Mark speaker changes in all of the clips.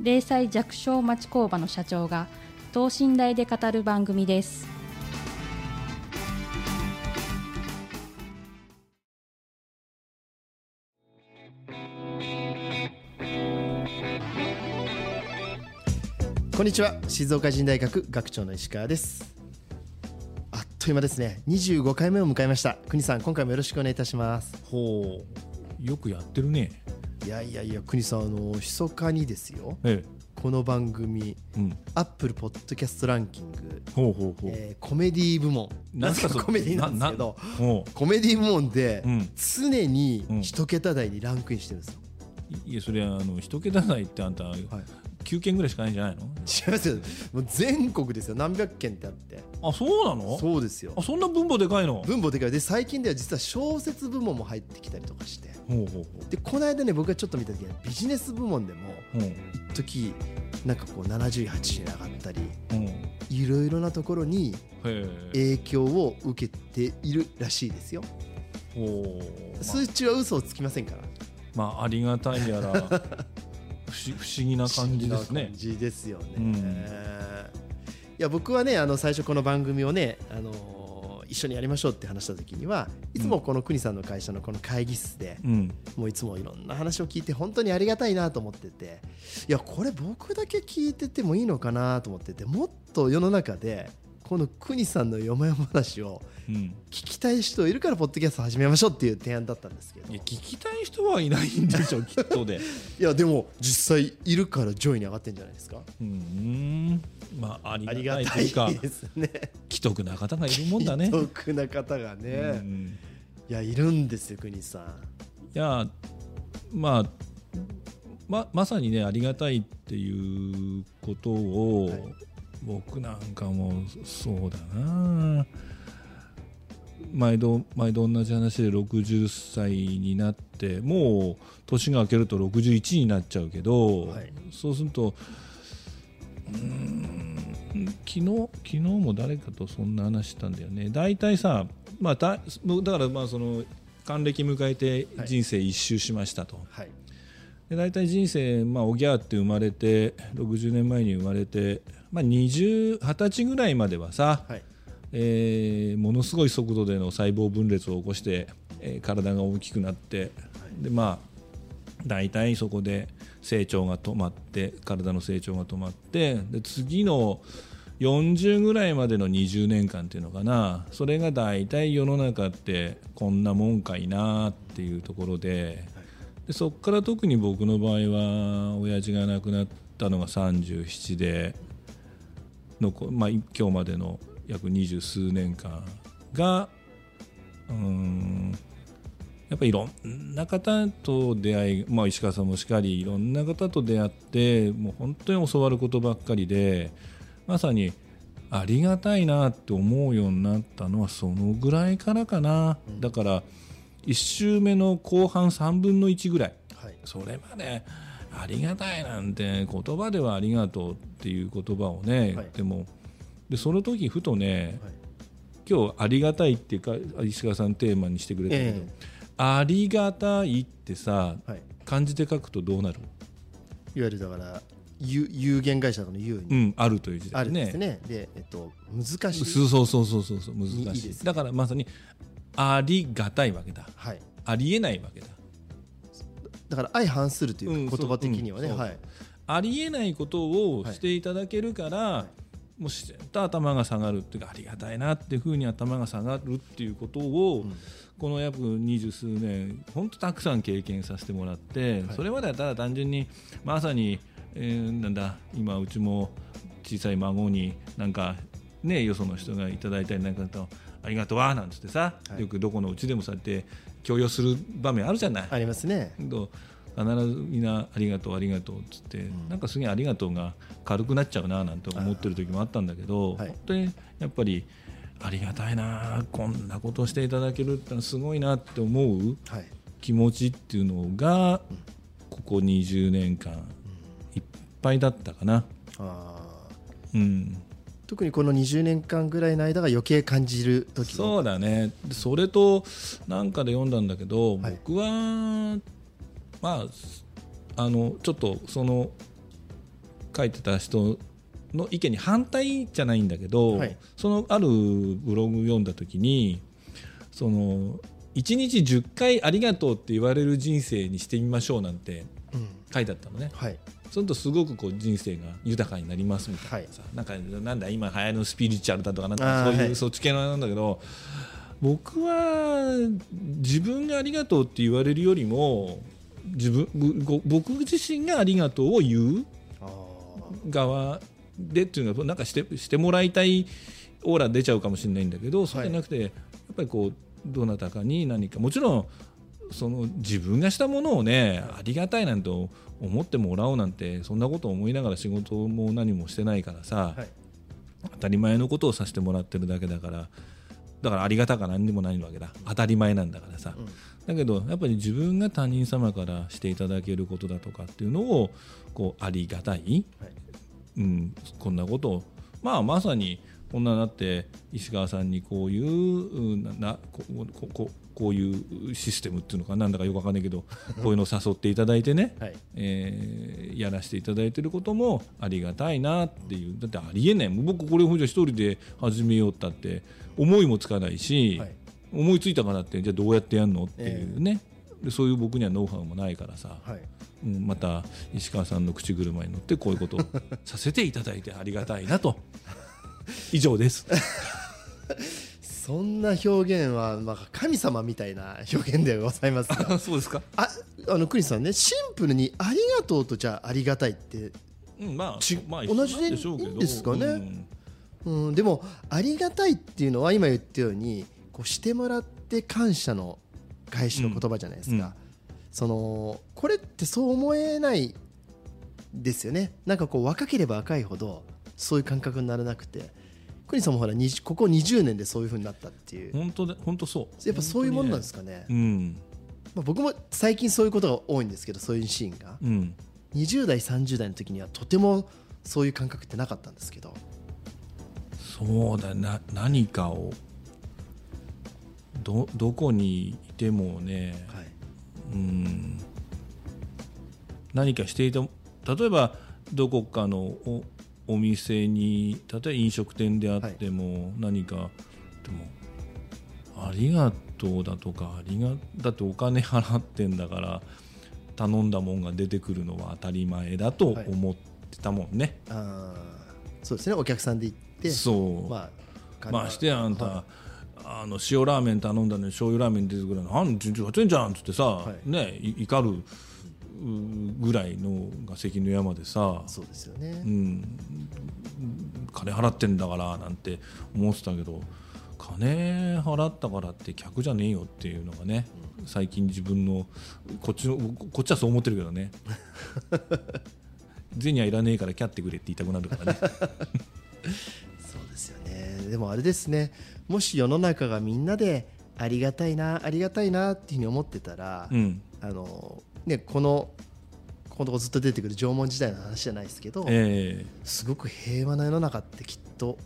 Speaker 1: 零細弱小町工場の社長が等身大で語る番組です
Speaker 2: こんにちは静岡人大学学長の石川ですあっという間ですね25回目を迎えました国さん今回もよろしくお願いいたします
Speaker 3: ほうよくやってるね
Speaker 2: いやいやいや国さんあの密かにですよ
Speaker 3: え
Speaker 2: この番組
Speaker 3: えうん
Speaker 2: アップルポッドキャストランキング、
Speaker 3: ほうほうほう、
Speaker 2: えーコメディ部門
Speaker 3: なんすかそれ
Speaker 2: コメディなんですけど
Speaker 3: ほ
Speaker 2: コメディ部門で
Speaker 3: うん
Speaker 2: 常に
Speaker 3: うん
Speaker 2: 一桁台にランクインしてるんですよ、
Speaker 3: ういやそれあの一桁台ってあんた
Speaker 2: はい、
Speaker 3: 9件ぐらいしかないんじゃないの
Speaker 2: 違いますよもう全国ですよ何百件ってあって
Speaker 3: あそうなの
Speaker 2: そうですよ
Speaker 3: あそんな分母でかいの
Speaker 2: 文法でかいで最近では実は小説部門も入ってきたりとかして
Speaker 3: ほうほう
Speaker 2: でこの間ね僕がちょっと見た時はビジネス部門でも
Speaker 3: ほう
Speaker 2: 一時なんかこう70位80位に上がったり
Speaker 3: ほう
Speaker 2: いろいろなところに
Speaker 3: ほうへえ
Speaker 2: 影響を受けているらしいですよ
Speaker 3: ほ
Speaker 2: 数値は嘘をつきませんから
Speaker 3: うまあ、まあ、ありがた いやら不思不思議な感
Speaker 2: 不思議
Speaker 3: じです
Speaker 2: な
Speaker 3: ね
Speaker 2: 感じですよね、
Speaker 3: うん
Speaker 2: いや僕はねあの最初この番組をね、あのー一緒にやりましょうって話した時にはいつもこの国さんの会社のこの会議室で、
Speaker 3: うん
Speaker 2: もういつもいろんな話を聞いて本当にありがたいなと思ってていやこれ僕だけ聞いててもいいのかなと思っててもっと世の中でこの国さんのよもやま話を
Speaker 3: うん
Speaker 2: 聞きたい人いるからポッドキャスト始めましょうっていう提案だったんですけど
Speaker 3: い
Speaker 2: い
Speaker 3: や聞きたい人はいないんでし ょきっとで
Speaker 2: やでも実際いるから上位に上がってんじゃないですか
Speaker 3: うーんまああ
Speaker 2: あり
Speaker 3: りが
Speaker 2: が
Speaker 3: たい
Speaker 2: た
Speaker 3: という
Speaker 2: い
Speaker 3: か
Speaker 2: ですね
Speaker 3: 既得な方がいるもんだね
Speaker 2: 独特な方がね、
Speaker 3: うん
Speaker 2: いやいるんですよ国さん
Speaker 3: いやまあままさにねありがたいっていうことを、
Speaker 2: はい
Speaker 3: 僕なんかもそうだな毎度毎度同じ話で60歳になってもう年が明けると61になっちゃうけど、
Speaker 2: はい
Speaker 3: そうするとうーん昨日昨日も誰かとそんな話したんだよね大体さ、まあ、だだからまあその還暦迎えて人生一周しましたと、
Speaker 2: はい
Speaker 3: で大体人生、まあ、おぎゃーって生まれて60年前に生まれて、まあ、20, 20歳ぐらいまではさ、
Speaker 2: はい
Speaker 3: えーものすごい速度での細胞分裂を起こして、えー体が大きくなってでまあ大体そこで成長が止まって体の成長が止まってで次の40ぐらいまでの20年間っていうのかなそれが大体世の中ってこんなもんかいなっていうところででそこから特に僕の場合は親父が亡くなったのが37でのこ、まあ、今日までの約二十数年間がうーんやっぱりいろんな方と出会い、まあ、石川さんもしかりいろんな方と出会ってもう本当に教わることばっかりでまさにありがたいなって思うようになったのはそのぐらいからかな、だから1周目の後半3分の1ぐらい
Speaker 2: はい
Speaker 3: それまでありがたいなんて言葉ではありがとうっていう言葉をね、
Speaker 2: はい
Speaker 3: でもでその時ふとね、
Speaker 2: はい
Speaker 3: 今日ありがたいっていうか石川さんテーマにしてくれたけど、
Speaker 2: ええ
Speaker 3: ありがたいってさ
Speaker 2: はい
Speaker 3: 漢字で書くとどうなる
Speaker 2: いわゆるだから有有限会社の U
Speaker 3: う
Speaker 2: に
Speaker 3: んあるという字だ
Speaker 2: ある
Speaker 3: よ
Speaker 2: んで
Speaker 3: ね
Speaker 2: すねでえっと難し
Speaker 3: そ
Speaker 2: いう
Speaker 3: そうそうそうそうそう難し
Speaker 2: い
Speaker 3: い
Speaker 2: いですね
Speaker 3: だからまさにありがたいわけだ
Speaker 2: はい
Speaker 3: ありえないわけだ
Speaker 2: だから相反するというか
Speaker 3: うん
Speaker 2: 言葉的にはね、
Speaker 3: そううん
Speaker 2: はい
Speaker 3: ありえないことをしていただけるから、もう自然と頭が下がるっていうかありがたいなっていうふうに頭が下がるっていうことを、
Speaker 2: うん
Speaker 3: この約二十数年本当たくさん経験させてもらっ
Speaker 2: は
Speaker 3: て、
Speaker 2: い
Speaker 3: それまではただ単純にまさに、えーなんだ今うちも小さい孫になんかねよその人がいただいたりなんかと「ありがとうわ」なんつってさ、
Speaker 2: はい
Speaker 3: よくどこのうちでもそうやって強要する場面あるじゃない。
Speaker 2: ありますね
Speaker 3: どう必ずみんなありがとうありがとうっつって、
Speaker 2: ん
Speaker 3: なんかすげえありがとうが軽くなっちゃうななんて思ってる時もあったんだけど、
Speaker 2: はい
Speaker 3: 本当にやっぱりありがたいなこんなことしていただけるってのはすごいなって思う
Speaker 2: はい
Speaker 3: 気持ちっていうのがここ20年間いっぱいだったかな。
Speaker 2: あー
Speaker 3: うん
Speaker 2: 特にこの20年間ぐらいの間が余計感じる時の
Speaker 3: そうだねでそれとなんかで読んだんだけど、
Speaker 2: はい
Speaker 3: 僕はまああのちょっとその書いてた人の意見に反対じゃないんだけど、
Speaker 2: はい
Speaker 3: そのあるブログ読んだ時にその1日10回ありがとうって言われる人生にしてみましょうなんて
Speaker 2: うん
Speaker 3: 書いてあったのね。
Speaker 2: はい
Speaker 3: そのとすごくこう人生が豊かになりますみたいな
Speaker 2: はい
Speaker 3: さなんかなんだ今流行りのスピリチュアルだとかなん
Speaker 2: あー
Speaker 3: かそういう、
Speaker 2: はい
Speaker 3: そっち系のあれなんだけど僕は自分がありがとうって言われるよりも自分ご僕自身がありがとうを言う
Speaker 2: あ
Speaker 3: 側でっていうのはなんかしてしてもらいたいオーラ出ちゃうかもしれないんだけどそうじゃなくて、やっぱりこうどなたかに何かもちろんその自分がしたものをねありがたいなんて思ってもらおうなんてそんなこと思いながら仕事も何もしてないからさ、
Speaker 2: ーはい
Speaker 3: 当たり前のことをさせてもらってるだけだからだからありがたか何でもないわけだ当たり前なんだからさ、
Speaker 2: うん
Speaker 3: だけどやっぱり自分が他人様からしていただけることだとかっていうのをこうありがたい、
Speaker 2: はい
Speaker 3: うん、こんなことをまあまさにこんなだって石川さんにこういううんななここここういうシステムっていうのかなんだかよくわかんないけどこういうのを誘っていただいてね、
Speaker 2: はい
Speaker 3: えーやらせていただいてることもありがたいなっていうだってありえないもう僕これをじゃあ一人で始めようったって思いもつかないし、
Speaker 2: はい
Speaker 3: 思いついたからってじゃあどうやってやるのっていうね、でそういう僕にはノウハウもないからさ、
Speaker 2: はい
Speaker 3: うんまた石川さんの口車に乗ってこういうことをさせていただいてありがたい なと以上です
Speaker 2: そんな表現は、まあ、神様みたいな表現ではございます が
Speaker 3: そうですか、
Speaker 2: ああのクリスさんねシンプルに「ありがとう」と「じゃあありがたい」って、
Speaker 3: うんまあ
Speaker 2: ち
Speaker 3: まあ、
Speaker 2: 同じで
Speaker 3: 一緒なんしょうけど
Speaker 2: いいんですかね
Speaker 3: うん
Speaker 2: うん、でも「ありがたい」っていうのは今言ったようにこうしてもらって感謝の返しの言葉じゃないです
Speaker 3: うんう
Speaker 2: か、
Speaker 3: ん
Speaker 2: そのこれってそう思えないですよねなんかこう若ければ若いほどそういう感覚にならなくてクリスさんもほら20ここ20年でそういうふうになったっていう、
Speaker 3: 本当で本当そう
Speaker 2: やっぱそういうもんなんです
Speaker 3: か
Speaker 2: かね
Speaker 3: うん
Speaker 2: まあ、僕も最近そういうことが多いんですけどそういうシーンが
Speaker 3: うん
Speaker 2: 20代30代の時にはとてもそういう感覚ってなかったんですけど
Speaker 3: そうだな何かをどどこにいてもね、
Speaker 2: はい
Speaker 3: うん何かしていた例えばどこかのおお店に例えば飲食店であっても、何かでもありがとうだとかありがだってお金払ってんだから頼んだもんが出てくるのは当たり前だと思ってたもんね。
Speaker 2: あーそうですねお客さんで行って
Speaker 3: そう、
Speaker 2: まあ
Speaker 3: まあしてやあんた、
Speaker 2: は
Speaker 3: あの塩ラーメン頼んだのに醤油ラーメン出てくるのあんちちょちょんじゃんっつってさ、
Speaker 2: い
Speaker 3: ねい怒るうぐらいのが関の山でさ
Speaker 2: い、そうですよね、
Speaker 3: うん、金払ってんだからなんて思ってたけど金払ったからって客じゃねえよっていうのがね、最近自分のこっちのこっちはそう思ってるけ どね銭はいらねえからキャってくれって言いたくなる からね。
Speaker 2: そうですよねでもあれですねもし世の中がみんなでありがたいなありがたいなっていうふうに思ってたら、
Speaker 3: うん
Speaker 2: あのねこのこのとこずっと出てくる縄文時代の話じゃないですけど、
Speaker 3: ええ
Speaker 2: すごく平和な世の中ってきっと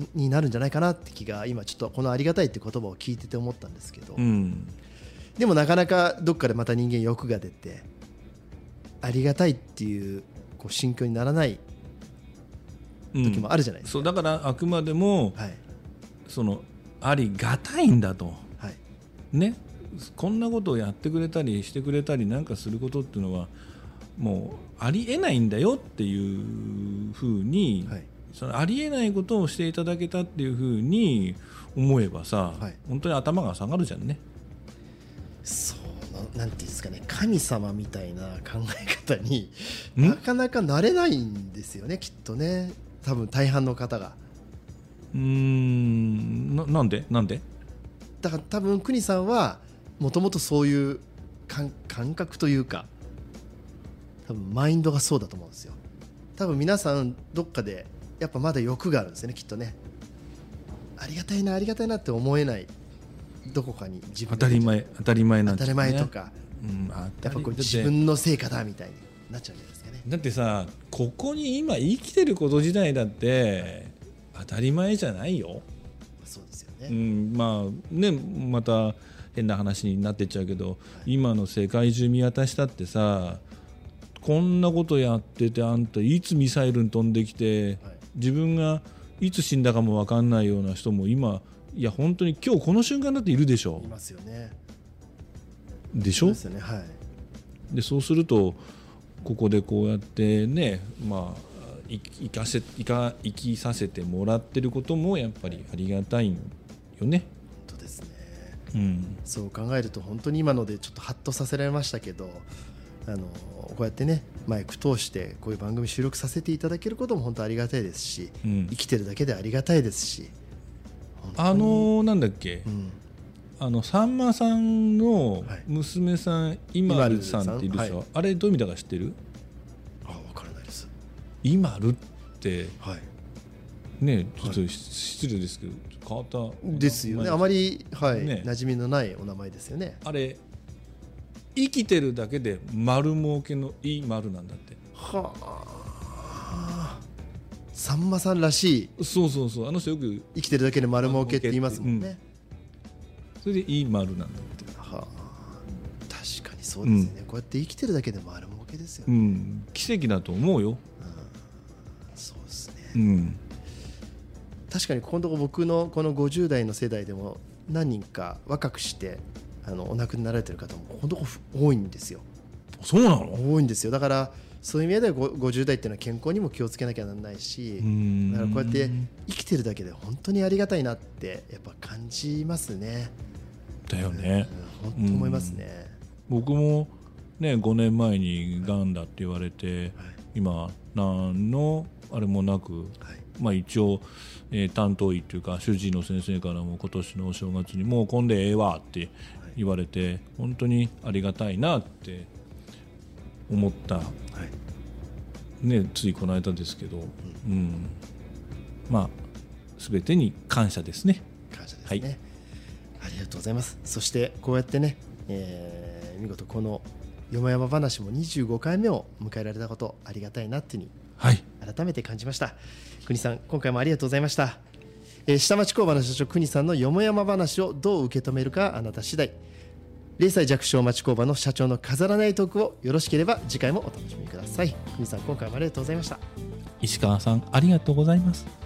Speaker 2: んになるんじゃないかなって気が今ちょっとこの「ありがたい」って言葉を聞いてて思ったんですけど、
Speaker 3: うん
Speaker 2: でもなかなかどっかでまた人間欲が出てありがたいっていうこう心境にならない
Speaker 3: うん
Speaker 2: 時もあるじゃないですか、
Speaker 3: そうだからあくまでも
Speaker 2: はい
Speaker 3: そのありがたいんだと
Speaker 2: はい
Speaker 3: ねこんなことをやってくれたりしてくれたりなんかすることっていうのはもうありえないんだよっていうふうに、
Speaker 2: はい
Speaker 3: そのありえないことをしていただけたっていうふうに思えばさ、
Speaker 2: はい
Speaker 3: 本当に頭が下がるじゃんね。
Speaker 2: そうななんていうんですかね神様みたいな考え方に
Speaker 3: ん
Speaker 2: なかなかなれないんですよねきっとね多分大半の方が
Speaker 3: うーんななんでなんで
Speaker 2: だから多分邦さんはもともとそういう感感覚というか多分マインドがそうだと思うんですよ多分皆さんどっかでやっぱまだ欲があるんですよねきっとねありがたいなありがたいなって思えないどこかに自分
Speaker 3: 当
Speaker 2: が
Speaker 3: たり前当たり前なん
Speaker 2: 当
Speaker 3: で
Speaker 2: た
Speaker 3: す
Speaker 2: り
Speaker 3: よね
Speaker 2: 前とか、
Speaker 3: うん当
Speaker 2: や
Speaker 3: た
Speaker 2: っ
Speaker 3: り
Speaker 2: ぱこう
Speaker 3: だって
Speaker 2: 自分の成果だみたいになっちゃうんじゃないですかね
Speaker 3: だってさここに今生きてること自体だって当たり前じゃないよ、
Speaker 2: そうですよ
Speaker 3: う
Speaker 2: ね、
Speaker 3: ん、まあねまた変な話になってっちゃうけど今の世界中見渡したってさこんなことやっててあんたいつミサイルに飛んできて
Speaker 2: はい
Speaker 3: 自分がいつ死んだかも分かんないような人も今いや本当に今日この瞬間だっているでしょ
Speaker 2: いますよね
Speaker 3: でし
Speaker 2: そう
Speaker 3: ょ
Speaker 2: ですよねはい
Speaker 3: でそうするとここでこうやってねまあい生かせ生か生きさせてもらってることもやっぱりありがたいよね。
Speaker 2: 本当ですね
Speaker 3: うん、
Speaker 2: そう考えると本当に今のでちょっとハッとさせられましたけどあのこうやってねマイク通してこういう番組収録させていただけることも本当ありがたいですし
Speaker 3: うん
Speaker 2: 生、きてるだけでありがたいですし
Speaker 3: あのーなんだっけ、
Speaker 2: うん
Speaker 3: あのさんまさんの
Speaker 2: はい
Speaker 3: 娘さん今るさんっているでしょ、
Speaker 2: はい
Speaker 3: あれどういう意味だか知ってる
Speaker 2: あ分からないです
Speaker 3: 今るって
Speaker 2: はい
Speaker 3: ねちょっと失礼ですけど変わった
Speaker 2: ですよね
Speaker 3: あ
Speaker 2: あまりはい、
Speaker 3: ね
Speaker 2: 馴染みのないお名前ですよね
Speaker 3: あれ生きてるだけで丸儲けのいい丸なんだって
Speaker 2: はあさんまさんらしい
Speaker 3: そうそうそうあの人よく
Speaker 2: 生きてるだけで丸儲けって言いますもんね、
Speaker 3: それでいい丸なんだって
Speaker 2: はあ確かにそうですよね、こうやって生きてるだけで丸儲けですよ
Speaker 3: う
Speaker 2: ね、
Speaker 3: ん奇跡だと思うよ
Speaker 2: そうですね
Speaker 3: うん
Speaker 2: 確かにここのとこ僕のこの50代の世代でも何人か若くしてあのお亡くなりになられてる方もここのとこ多いんですよ
Speaker 3: そうなの
Speaker 2: 多いんですよだからそういう意味ではご50代っていうのは健康にも気をつけなきゃなんないし、
Speaker 3: ん
Speaker 2: だからこうやって生きてるだけで本当にありがたいなってやっぱ感じますね、
Speaker 3: だよね
Speaker 2: うん、本当思いますね、
Speaker 3: 僕もね5年前にがんだって言われて
Speaker 2: はい
Speaker 3: 今何のあれもなく
Speaker 2: はい
Speaker 3: まあ一応、えー担当医というか主治医の先生からも今年のお正月にもう混んでええわって言われて本当にありがたいなって思った
Speaker 2: はい
Speaker 3: ね、ついこの間ですけど、うん、まあ全てに感謝ですね。
Speaker 2: 感謝ですね、ありがとうございますそしてこうやってね、えー見事この「よもやま話」も25回目を迎えられたことありがたいなっていう
Speaker 3: はい、
Speaker 2: ふうに改めて感じました国さん今回もありがとうございました、えー下町工場の社長国さんのよもやま話をどう受け止めるかあなた次第0歳弱小町工場の社長の飾らないトークをよろしければ次回もお楽しみください国さん今回もありがとうございました
Speaker 3: 石川さんありがとうございます。